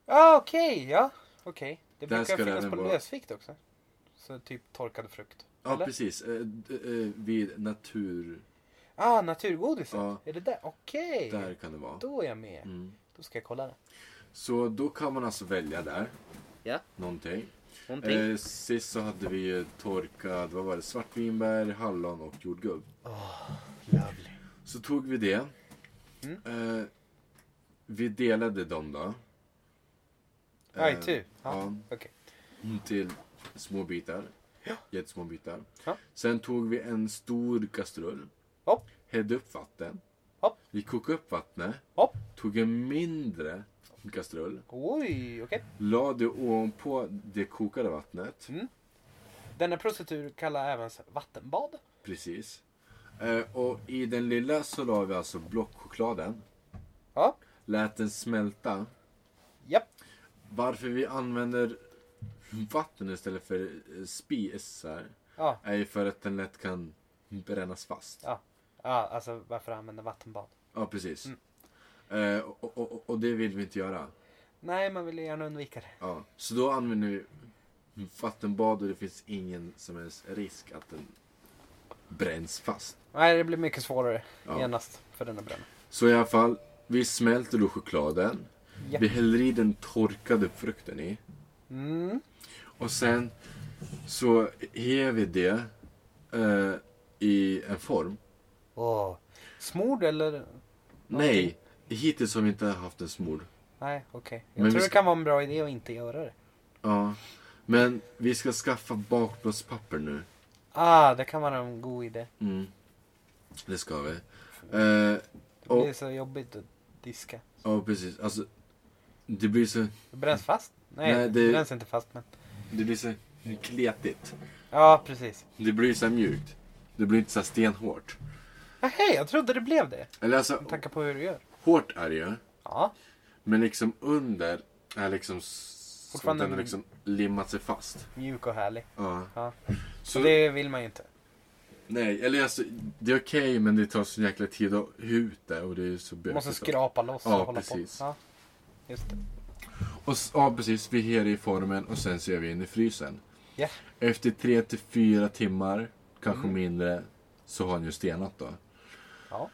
Speaker 1: Ja, okej. ja, okej. Det
Speaker 2: Där
Speaker 1: brukar
Speaker 2: ska det
Speaker 1: finnas
Speaker 2: även
Speaker 1: på
Speaker 2: vara-
Speaker 1: lösvikt också. Så typ torkad frukt.
Speaker 2: Ja,
Speaker 1: Eller?
Speaker 2: precis. Eh, d- eh, vid natur...
Speaker 1: Ah, naturgodiset.
Speaker 2: Ja.
Speaker 1: Är det där? Okej.
Speaker 2: Där kan det vara.
Speaker 1: Då är jag med.
Speaker 2: Mm.
Speaker 1: Då ska jag kolla det.
Speaker 2: Så då kan man alltså välja där.
Speaker 1: Ja.
Speaker 2: Någonting.
Speaker 1: Någonting.
Speaker 2: Eh, sist så hade vi ju torkad, vad var det, svartvinbär, hallon och jordgubb.
Speaker 1: Lovely.
Speaker 2: Så tog vi det.
Speaker 1: Mm.
Speaker 2: Eh, vi delade dem då.
Speaker 1: Aj,
Speaker 2: Eh,
Speaker 1: tu. Ja.
Speaker 2: ja.
Speaker 1: Okej.
Speaker 2: till små bitar. Jättesmå bitar.
Speaker 1: Ja.
Speaker 2: Sen tog vi en stor kastrull.
Speaker 1: Hopp.
Speaker 2: Hällde upp vatten.
Speaker 1: Hopp.
Speaker 2: Vi kokade upp vattnet.
Speaker 1: Hopp.
Speaker 2: Tog en mindre kastrull.
Speaker 1: Oj, okej.
Speaker 2: La det ovanpå det kokade vattnet.
Speaker 1: Mm. Denna procedur kallas även vattenbad.
Speaker 2: Precis. Eh, och i den lilla så la vi alltså blockchokladen.
Speaker 1: Ja.
Speaker 2: Lät den smälta.
Speaker 1: Japp.
Speaker 2: Varför vi använder vatten istället för eh, spisar
Speaker 1: Ja.
Speaker 2: är ju för att den lätt kan brännas fast.
Speaker 1: Ja. Ja, alltså varför använda vattenbad?
Speaker 2: Ja, precis.
Speaker 1: Mm.
Speaker 2: Eh, och, och, och- och det vill vi inte göra.
Speaker 1: Nej, man vill ju gärna undvika det.
Speaker 2: Ja. Så då använder vi vattenbad och det finns ingen som helst risk att den bränns fast.
Speaker 1: Nej, det blir mycket svårare
Speaker 2: Ja.
Speaker 1: genast för denna bränna.
Speaker 2: Så i alla fall, vi smälter då chokladen.
Speaker 1: Ja.
Speaker 2: Vi häller i den torkade frukten i.
Speaker 1: Mm.
Speaker 2: Och sen så ger vi det eh, i en form.
Speaker 1: Åh. Smord eller?
Speaker 2: Nej, hittills har vi inte haft en smord.
Speaker 1: Nej, okej. Jag
Speaker 2: Men vi
Speaker 1: tror det
Speaker 2: ska-
Speaker 1: kan vara en bra idé att inte göra det.
Speaker 2: Ja. Men vi ska skaffa bakblåspapper nu.
Speaker 1: Ah, det kan vara en god idé.
Speaker 2: Mm. Det ska vi. Eh,
Speaker 1: Det
Speaker 2: och,
Speaker 1: är så jobbigt att diska.
Speaker 2: ja, precis. Alltså, det blir så...
Speaker 1: Det bränns fast. Nej,
Speaker 2: Nej,
Speaker 1: det...
Speaker 2: det-
Speaker 1: bränns inte fast men.
Speaker 2: Det blir så kletigt.
Speaker 1: Ja, precis.
Speaker 2: Det blir så här mjukt. Det blir inte så här stenhårt.
Speaker 1: Ah, hej, jag trodde det blev det.
Speaker 2: Eller alltså,
Speaker 1: Med tanke på hur du gör.
Speaker 2: hårt är det ju.
Speaker 1: Ja.
Speaker 2: Men liksom under är liksom... s- Som att
Speaker 1: Fortfarande-
Speaker 2: den har liksom limmat sig fast.
Speaker 1: Mjuk och härlig.
Speaker 2: Ja.
Speaker 1: Ja.
Speaker 2: Så,
Speaker 1: Det vill man ju inte.
Speaker 2: nej, eller alltså, det är okej men det tar så jäkla tid att huta det och det är så
Speaker 1: Man
Speaker 2: bökigt.
Speaker 1: måste skrapa loss
Speaker 2: Ja,
Speaker 1: och hålla
Speaker 2: precis.
Speaker 1: på. Ja, Just det.
Speaker 2: Och, s- ja, precis. Vi ger det i formen och sen så gör vi in i frysen.
Speaker 1: Ja. Mm.
Speaker 2: Efter tre till fyra timmar, kanske mindre, så har den ju stenat då.
Speaker 1: Ja.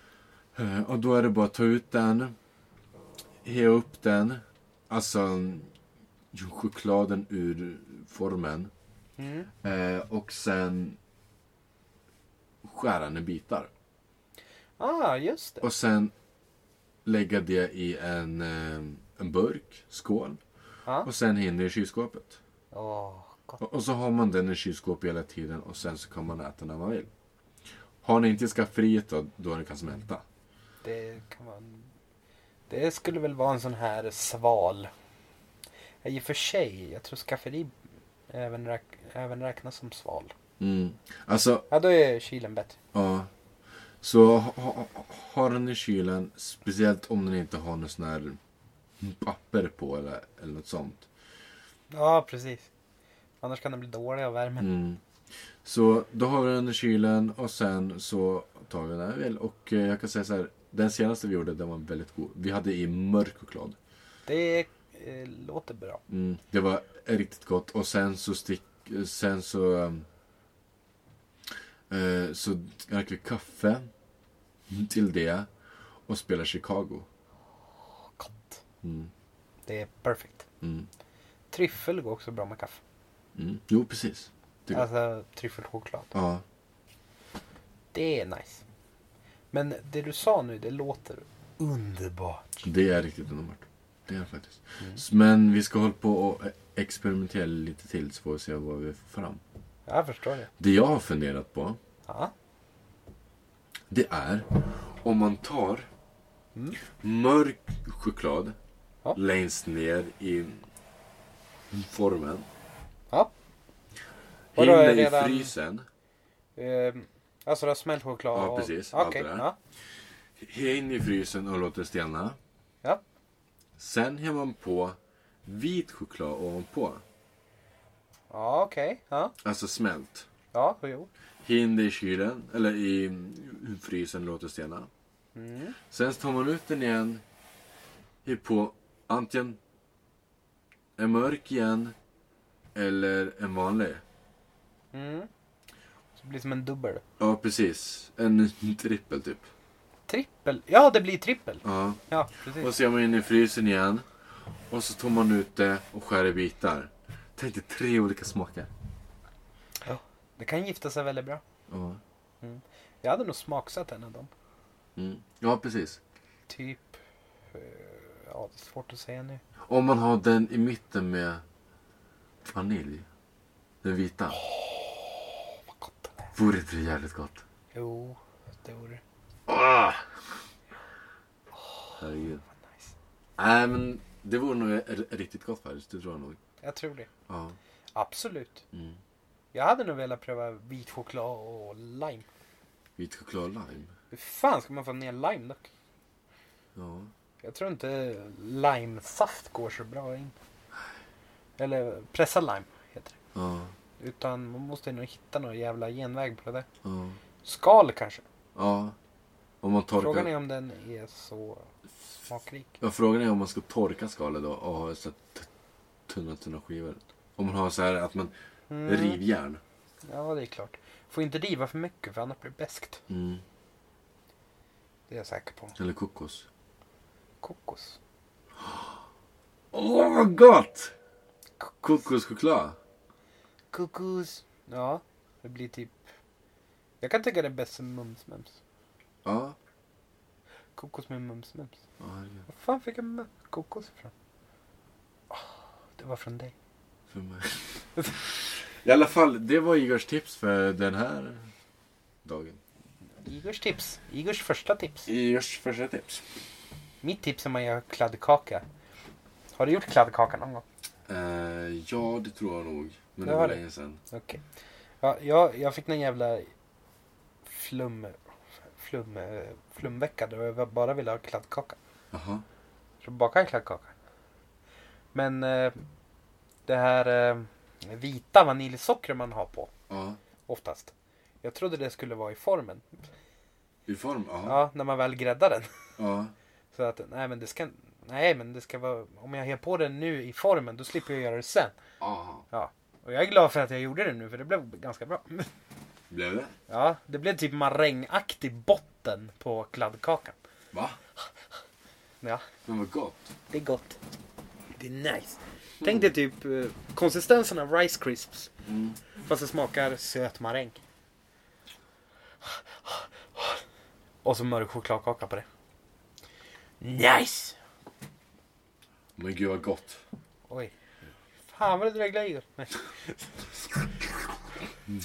Speaker 2: Eh, Och då är det bara att ta ut den, he upp den, alltså mm, chokladen ur formen.
Speaker 1: Mm.
Speaker 2: Eh, och sen skära den i bitar.
Speaker 1: Ah, just det.
Speaker 2: Och sen lägga det i en, eh, en burk, skål.
Speaker 1: Ja.
Speaker 2: Och sen hinner i kylskåpet.
Speaker 1: Åh, gott.
Speaker 2: Och och så har man den i kylskåpet hela tiden och sen så kan man äta när man vill. Har ni inte i skafferiet då, då den kan smälta.
Speaker 1: Det kan man... Det skulle väl vara en sån här sval. Ja, I och för sig, jag tror skafferi även, räk... även räknas som sval.
Speaker 2: Mm. Alltså,
Speaker 1: Ja, då är kylen bättre.
Speaker 2: ja. Så ha, ha, har den i kylen, speciellt om den inte har någon sån här papper på eller, eller något sånt.
Speaker 1: Ja, precis. Annars kan den bli dålig av värmen.
Speaker 2: Mm. Så då har vi den i kylen och sen så tar vi den när vi vill. Och eh, jag kan säga så här, den senaste vi gjorde den var väldigt god. Vi hade i mörk choklad.
Speaker 1: Det eh, låter bra.
Speaker 2: Mm, det var riktigt gott. Och sen så stick... Sen så... ehm, Eh, så drack vi kaffe till det och spelade Chicago.
Speaker 1: Gott.
Speaker 2: Mm,
Speaker 1: Det är perfekt.
Speaker 2: mm,
Speaker 1: Tryffel går också bra med kaffe.
Speaker 2: mm. Jo, precis. Det är gott.
Speaker 1: Alltså tryffelchoklad.
Speaker 2: Ja.
Speaker 1: Det är nice. Men det du sa nu, det låter underbart.
Speaker 2: Det är riktigt underbart. Det är det faktiskt.
Speaker 1: Mm.
Speaker 2: S- Men vi ska hålla på och e- experimentera lite till så får vi se vad vi får fram.
Speaker 1: Jag förstår det.
Speaker 2: Det jag har funderat på,
Speaker 1: Ja.
Speaker 2: det är om man tar
Speaker 1: Mm.
Speaker 2: mörk choklad
Speaker 1: Ja.
Speaker 2: längst ner i formen.
Speaker 1: Ja. Vadå,
Speaker 2: Hinner
Speaker 1: är redan-
Speaker 2: i frysen.
Speaker 1: Ehm, alltså du har smält choklad
Speaker 2: Ja,
Speaker 1: och...
Speaker 2: precis.
Speaker 1: Okej.
Speaker 2: Allt det där.
Speaker 1: ja.
Speaker 2: In i frysen och låter stelna.
Speaker 1: ja.
Speaker 2: Sen häller man på vit choklad ovanpå.
Speaker 1: Ja, okej. Ja.
Speaker 2: Alltså smält.
Speaker 1: Ja, jo.
Speaker 2: Hinder i kylen, eller i mm, frysen låter stelna.
Speaker 1: Mm.
Speaker 2: Sen tar man ut den igen. Häller på antingen en mörk igen eller en vanlig.
Speaker 1: Mm. Så det blir som en dubbel.
Speaker 2: Ja, precis. En trippel typ.
Speaker 1: Trippel. Ja, det blir trippel.
Speaker 2: Ja.
Speaker 1: Ja, precis.
Speaker 2: Och så gör man in i frysen igen. Och så tar man ut det och skär i bitar. Tänk dig tre olika smaker.
Speaker 1: Det kan gifta sig väldigt bra.
Speaker 2: Ja,
Speaker 1: Jag hade nog smaksatt en av dem.
Speaker 2: mm. ja precis.
Speaker 1: Typ... eh, Ja, det är svårt att säga nu.
Speaker 2: Om man har den i mitten med vanilj. Den vita.
Speaker 1: Vad gott det är.
Speaker 2: Vore inte det jävligt gott?
Speaker 1: Jo, det vore
Speaker 2: Ah! Herregud.
Speaker 1: fan nice.
Speaker 2: Nej men det vore nog r- riktigt gott faktiskt. Det tror jag nog.
Speaker 1: Jag tror det.
Speaker 2: Ja.
Speaker 1: Absolut.
Speaker 2: Mm.
Speaker 1: Jag hade nog velat pröva vit choklad och lime.
Speaker 2: Vit choklad lime.
Speaker 1: Hur fan ska man få ner lime dock?
Speaker 2: Ja.
Speaker 1: Jag tror inte limesaft går så bra in. Eller pressa lime heter
Speaker 2: Ja.
Speaker 1: det. Utan man måste nog hitta någon jävla genväg på det där.
Speaker 2: Ja.
Speaker 1: Skal kanske.
Speaker 2: Ja. Om man torkar...
Speaker 1: Frågan är om den är så smakrik.
Speaker 2: Ja, frågan är om man ska torka skalet då och ha så här t- tunna, tunna skivor. Om man har så här att man
Speaker 1: Mm.
Speaker 2: rivjärn.
Speaker 1: Ja, det är klart. Får inte riva för mycket för annars blir det beskt.
Speaker 2: Mm.
Speaker 1: Det är jag säker på.
Speaker 2: Eller kokos.
Speaker 1: Kokos.
Speaker 2: Åh, vad gott! Kokoschoklad.
Speaker 1: Kokos. Ja, det blir typ... Jag kan tycka det är bäst som mums-mums.
Speaker 2: Ja.
Speaker 1: Kokos med mums-mums.
Speaker 2: Ja, herregud.
Speaker 1: Var fan fick jag mu- kokos ifrån? Ah, det var från dig.
Speaker 2: För mig. I alla fall, det var Igors tips för den här dagen.
Speaker 1: Igors tips. Igors första tips.
Speaker 2: Igors första tips.
Speaker 1: Mitt tips är man gör kladdkaka. Har du gjort kladdkaka någon gång?
Speaker 2: Eh, ja, det tror jag nog.
Speaker 1: Det
Speaker 2: Men det
Speaker 1: var
Speaker 2: var
Speaker 1: det.
Speaker 2: länge sedan.
Speaker 1: Okej. Ja, jag, jag fick någon jävla flum... Flum... eh, Flumvecka där jag bara ville ha kladdkaka.
Speaker 2: Jaha.
Speaker 1: Så bakade jag kladdkaka. Men eh, det här eh, vita vaniljsocker man har på
Speaker 2: Ja.
Speaker 1: oftast. Jag trodde det skulle vara i formen.
Speaker 2: I form? Ja.
Speaker 1: Ja, när man väl gräddar den.
Speaker 2: Ja.
Speaker 1: Så att, nej men det ska... Nej men det ska vara... Om jag häller på den nu i formen då slipper jag göra det sen.
Speaker 2: Aha.
Speaker 1: Ja. Och jag är glad för att jag gjorde det nu för det blev ganska bra.
Speaker 2: Blev det?
Speaker 1: Ja, det blev typ marängaktig botten på kladdkakan.
Speaker 2: Va?
Speaker 1: Ja,
Speaker 2: Men vad gott.
Speaker 1: det är gott. Det är nice. Tänk dig typ eh, konsistensen av Rice Crisps.
Speaker 2: Mm.
Speaker 1: Fast det smakar söt maräng. Och så mörk chokladkaka på det. Nice!
Speaker 2: Men gud vad gott.
Speaker 1: Oj. Fan vad det dreglade i. Nej. Mm.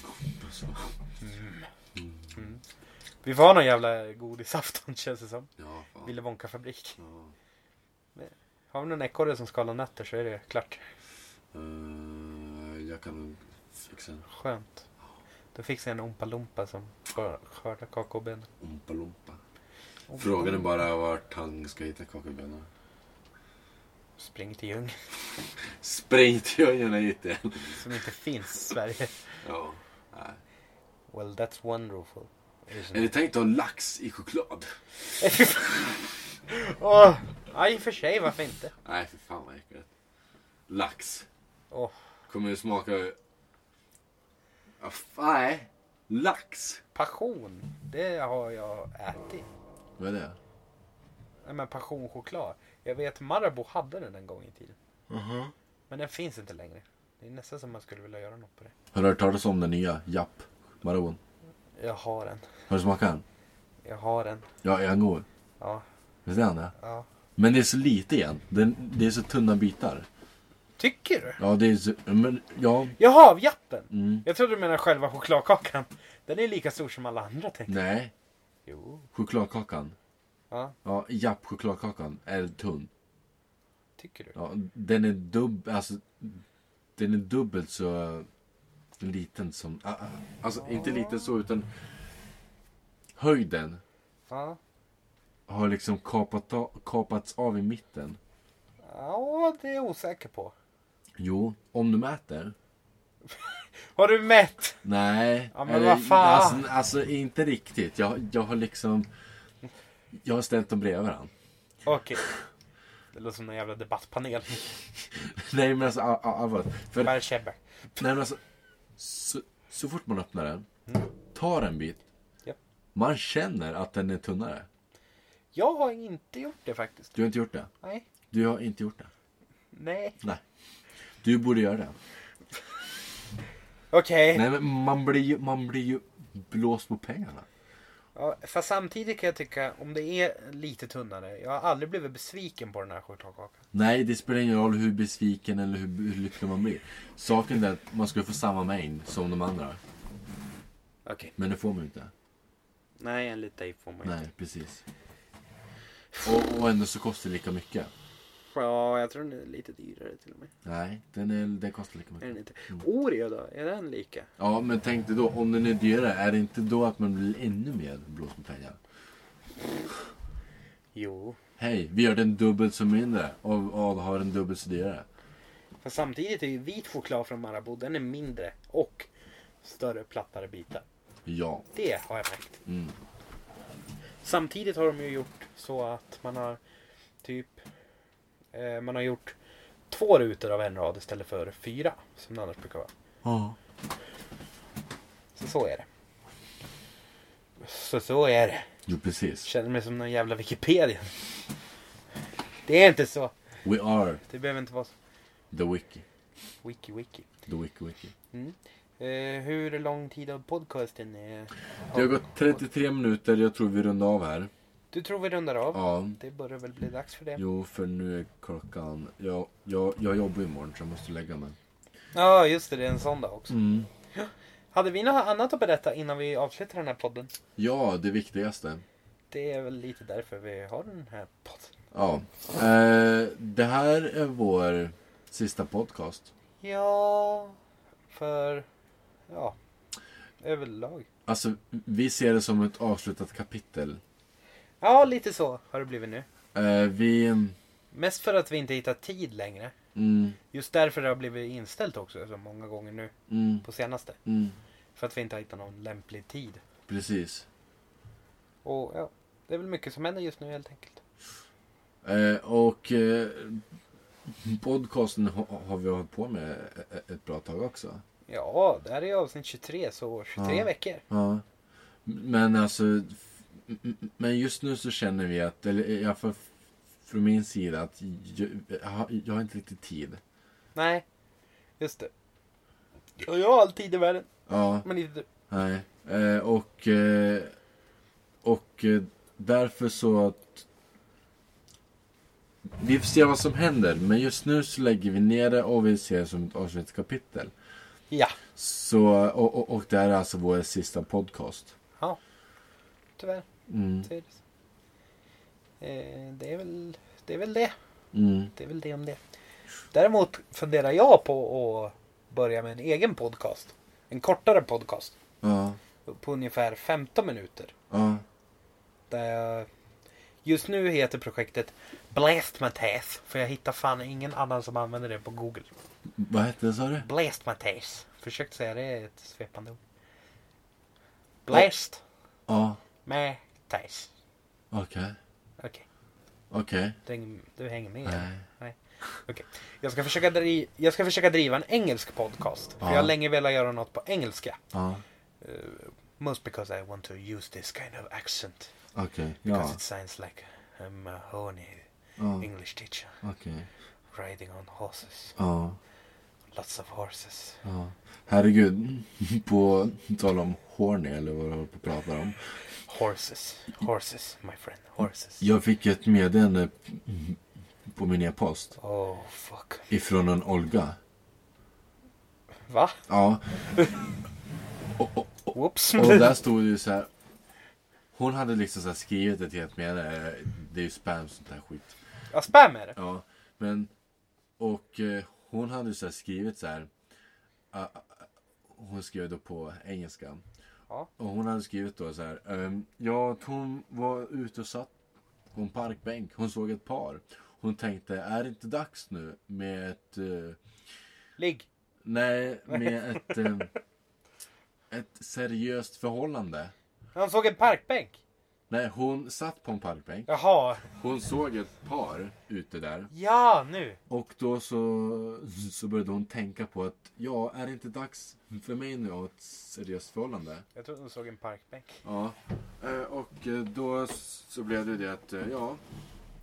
Speaker 1: Vi får ha någon jävla godisafton känns det som.
Speaker 2: Ja, fan.
Speaker 1: Ville Wonka-fabrik.
Speaker 2: Ja.
Speaker 1: Har vi någon ekorre som skalar nötter så är det klart.
Speaker 2: Eh, jag kan nog fixa en
Speaker 1: Skönt. Då fixar jag en Oompa Loompa som skör- skördar kakaobönor.
Speaker 2: Oompa Loompa. Frågan är bara vart han ska hitta kakaobönor.
Speaker 1: Spring till Ljung.
Speaker 2: Spring till Jönköping hit igen.
Speaker 1: Som inte finns i Sverige.
Speaker 2: Ja. nej.
Speaker 1: Well that's wonderful. isn't
Speaker 2: Är det tänkt att ha lax i choklad?
Speaker 1: Åh, ja, i och för sig, varför inte?
Speaker 2: Nej, för fan vad äckligt. Lax.
Speaker 1: Åh,
Speaker 2: Kommer ju smaka... Ja, f- Nej. Lax.
Speaker 1: passion, det har jag ätit.
Speaker 2: Vad är det?
Speaker 1: Nej, men passionchoklad. Jag vet Marabou hade den en gång i tiden. Men den finns inte längre. Det är nästan som man skulle vilja göra något på det.
Speaker 2: Har du hört talas om den nya Japp Maron?
Speaker 1: Jag har en.
Speaker 2: Har du smakat den?
Speaker 1: Jag har en.
Speaker 2: Ja, är han god?
Speaker 1: Ja,
Speaker 2: Visst är han det?
Speaker 1: ja.
Speaker 2: Men det är så lite igen. Den, det är så tunna bitar.
Speaker 1: Tycker du?
Speaker 2: Ja, det är så... Men, ja.
Speaker 1: Jaha, av jappen!
Speaker 2: Mm.
Speaker 1: Jag trodde du menade själva chokladkakan. Den är lika stor som alla andra tänkte jag.
Speaker 2: Nej.
Speaker 1: Jo.
Speaker 2: Chokladkakan.
Speaker 1: Ja,
Speaker 2: Ja, Japp chokladkakan är tunn.
Speaker 1: tycker du?
Speaker 2: Ja, den är dubb... Alltså, den är dubbelt så liten som... ah, ah, Alltså, inte liten så, utan höjden
Speaker 1: Ja.
Speaker 2: har liksom kapat, a- kapats av i mitten.
Speaker 1: Ja, det är jag osäker på.
Speaker 2: Jo, om du mäter.
Speaker 1: Har du mätt?
Speaker 2: Nej.
Speaker 1: Ja, men vad fan.
Speaker 2: Alltså, alltså, inte riktigt. Jag, jag har liksom... Jag har ställt dem bredvid varandra.
Speaker 1: Okej. Det låter som en jävla debattpanel.
Speaker 2: Nej, men alltså... ah, ah, allvarligt. För, nej,
Speaker 1: Bara käbbel.
Speaker 2: men alltså så, så fort man öppnar den, tar en bit,
Speaker 1: Mm. Japp.
Speaker 2: man känner att den är tunnare.
Speaker 1: Jag har inte gjort det faktiskt.
Speaker 2: Du har inte gjort det?
Speaker 1: Nej.
Speaker 2: Du har inte gjort det?
Speaker 1: Nej.
Speaker 2: Nej. Du borde göra det.
Speaker 1: Okej.
Speaker 2: Nej men man blir ju, man blir ju blåst på pengarna.
Speaker 1: Ja, fast samtidigt kan jag tycka, om det är lite tunnare. Jag har aldrig blivit besviken på den här chokladkakan.
Speaker 2: Nej det spelar ingen roll hur besviken eller hur, hur lycklig man blir. Saken är att man skulle få samma mängd som de andra.
Speaker 1: Okej.
Speaker 2: Men det får man ju inte.
Speaker 1: Nej, en liten får man
Speaker 2: Nej precis. Och, och ändå så kostar det lika mycket.
Speaker 1: Ja, jag tror den är lite dyrare till och med.
Speaker 2: Nej, den, är, den kostar lika
Speaker 1: Är
Speaker 2: mycket.
Speaker 1: den inte? Oreo då? Är den lika?
Speaker 2: Ja men tänk dig då om den är dyrare. Är det inte då att man blir ännu mer blåst på pengarna?
Speaker 1: Jo.
Speaker 2: Hej, vi gör den dubbelt så mindre och, och har den dubbelt så dyrare.
Speaker 1: Fast samtidigt är ju vit choklad från Marabou, den är mindre och större plattare bitar.
Speaker 2: Ja.
Speaker 1: Det har jag märkt.
Speaker 2: Mm.
Speaker 1: Samtidigt har de ju gjort så att man har typ eh, man har gjort två rutor av en rad istället för fyra som det annars brukar vara.
Speaker 2: Ja.
Speaker 1: Så så är det. Så så är det.
Speaker 2: Jo precis.
Speaker 1: Känner mig som någon jävla Wikipedia. Det är inte så.
Speaker 2: We are
Speaker 1: Det behöver inte vara så.
Speaker 2: the wiki.
Speaker 1: Wiki wiki.
Speaker 2: The wiki wiki.
Speaker 1: Eh, hur lång tid av podcasten är?
Speaker 2: Det har gått 33 minuter, jag tror vi rundar av här.
Speaker 1: Du tror vi rundar av?
Speaker 2: Ja.
Speaker 1: Det börjar väl bli dags för det.
Speaker 2: Jo, för nu är klockan... Jag, jag, jag jobbar imorgon så jag måste lägga mig.
Speaker 1: Ja, just det. Det är en sån dag också.
Speaker 2: Mm.
Speaker 1: Hade vi något annat att berätta innan vi avslutar den här podden?
Speaker 2: Ja, det viktigaste.
Speaker 1: Det är väl lite därför vi har den här podden.
Speaker 2: Ja. Eh, det här är vår sista podcast.
Speaker 1: Ja, för... Ja. Överlag.
Speaker 2: Alltså, vi ser det som ett avslutat kapitel.
Speaker 1: Ja, lite så har det blivit nu.
Speaker 2: Eh, vi...
Speaker 1: Mest för att vi inte hittar tid längre.
Speaker 2: Mm,
Speaker 1: Just därför det har blivit inställt också så många gånger nu
Speaker 2: mm,
Speaker 1: på senaste.
Speaker 2: mm.
Speaker 1: För att vi inte har hittat någon lämplig tid.
Speaker 2: Precis.
Speaker 1: Och ja, det är väl mycket som händer just nu helt enkelt.
Speaker 2: Eh, och eh, podcasten ha, har vi hållit på med e- ett bra tag också.
Speaker 1: Ja, det här är ju avsnitt 23 så 23
Speaker 2: Ja.
Speaker 1: veckor.
Speaker 2: Ja. Men alltså, f- m- m- men just nu så känner vi att, eller i alla fall f- från min sida, att jag, jag har inte riktigt tid.
Speaker 1: Nej, just det. Ja, jag har all tid i världen,
Speaker 2: Ja,
Speaker 1: men inte du.
Speaker 2: nej. Eh, och, eh, och eh, därför så att... Vi får se vad som händer, men just nu så lägger vi ner det och vi ser det som ett avslutskapitel.
Speaker 1: Ja,
Speaker 2: Så, och, och, och det här är alltså vår sista podcast.
Speaker 1: tyvärr.
Speaker 2: Mm,
Speaker 1: Så är det. Eh, det, är väl, det är väl det.
Speaker 2: mm.
Speaker 1: Det är väl det om det. Däremot funderar jag på att börja med en egen podcast. En kortare podcast.
Speaker 2: Ja,
Speaker 1: På ungefär 15 minuter.
Speaker 2: ja,
Speaker 1: Där jag, just nu heter projektet Blast Matthäus. För jag hittar fan ingen annan som använder det på Google.
Speaker 2: vad hette det sa du?
Speaker 1: Blast Matthäus. Försökt säga det är ett svepande ord. Blast
Speaker 2: Ja,
Speaker 1: Matthäus.
Speaker 2: okej.
Speaker 1: Okej,
Speaker 2: Okej.
Speaker 1: du, hänger- du hänger med.
Speaker 2: Nej.
Speaker 1: Jag ska, försöka dri- jag ska försöka driva en engelsk podcast. För
Speaker 2: Ja.
Speaker 1: jag har länge velat göra något på engelska. Eh,
Speaker 2: Ja,
Speaker 1: Most because I want to use this kind of accent.
Speaker 2: okej.
Speaker 1: Because
Speaker 2: Ja,
Speaker 1: it sounds like I'm a horny
Speaker 2: ja,
Speaker 1: English teacher.
Speaker 2: okej.
Speaker 1: Riding on horses.
Speaker 2: Ja.
Speaker 1: Lots of horses.
Speaker 2: Ja. Herregud, på tal om horny eller vad du håller på att prata om.
Speaker 1: Horses. Horses, my friend. Horses.
Speaker 2: Jag fick ett meddelande på min e-post
Speaker 1: Oh, fuck.
Speaker 2: ifrån en Olga.
Speaker 1: Va?
Speaker 2: Ja,
Speaker 1: Whoops.
Speaker 2: och där stod det ju så här. Hon hade liksom så här skrivit ett helt meddelande. Det är ju spam sånt här skit.
Speaker 1: Ja, spam är det.
Speaker 2: Ja, men och eh, hon hade så här skrivit så här. ah, ah, hon skrev då på engelska.
Speaker 1: Ja.
Speaker 2: Och hon hade skrivit då så här. ehm, ja, att hon var ute och satt på en parkbänk. Hon såg ett par. Hon tänkte, är det inte dags nu med ett eh,
Speaker 1: Ligg.
Speaker 2: Nej, med ett eh, ett seriöst förhållande.
Speaker 1: Han såg en parkbänk.
Speaker 2: Nej, hon satt på en parkbänk.
Speaker 1: Jaha.
Speaker 2: Hon såg ett par ute där.
Speaker 1: Ja, nu.
Speaker 2: Och då så, så började hon tänka på att ja, är det inte dags för mig nu att ha ett seriöst förhållande?
Speaker 1: Jag trodde hon såg en parkbänk.
Speaker 2: Ja. Eh, Och eh, då s- så blev det det att eh, ja.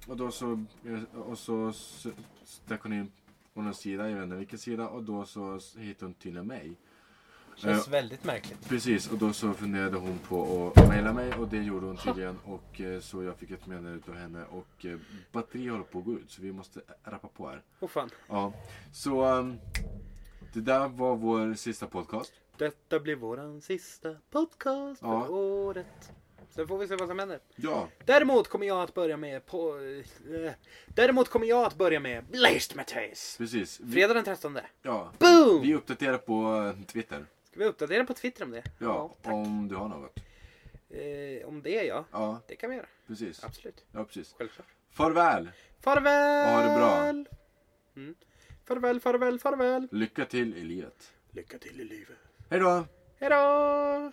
Speaker 2: Och då så, eh, och så s- stack hon in på någon sida, jag vet inte vilken sida. Och då så s- hittade hon till mig.
Speaker 1: Känns
Speaker 2: Ja.
Speaker 1: väldigt märkligt.
Speaker 2: Precis, och då så funderade hon på att mejla mig och det gjorde hon tydligen. Och eh, så jag fick ett meddelande utav henne och eh, batteriet håller på att gå ut så vi måste rappa på här.
Speaker 1: Åh fan.
Speaker 2: Ja, så ehm, det där var vår sista podcast.
Speaker 1: Detta blir våran sista podcast för
Speaker 2: Ja.
Speaker 1: året. Sen får vi se vad som händer.
Speaker 2: Ja,
Speaker 1: Däremot kommer jag att börja med på... eh, däremot kommer jag att börja med Blast Matthäus.
Speaker 2: precis. Vi,
Speaker 1: Fredag den 13.
Speaker 2: ja,
Speaker 1: Boom!
Speaker 2: vi uppdaterar på eh, Twitter.
Speaker 1: Ska vi uppdatera på Twitter om det?
Speaker 2: Ja,
Speaker 1: tack. Om...
Speaker 2: om du har något.
Speaker 1: Eh, om det ja.
Speaker 2: Ja,
Speaker 1: Det kan vi göra.
Speaker 2: precis.
Speaker 1: Absolut.
Speaker 2: Ja, precis.
Speaker 1: Självklart.
Speaker 2: Farväl!
Speaker 1: Farväl!
Speaker 2: Ha det bra.
Speaker 1: Mm. Farväl, farväl, farväl.
Speaker 2: Lycka till i livet.
Speaker 1: Lycka till i livet.
Speaker 2: Hej då!
Speaker 1: Hejdå!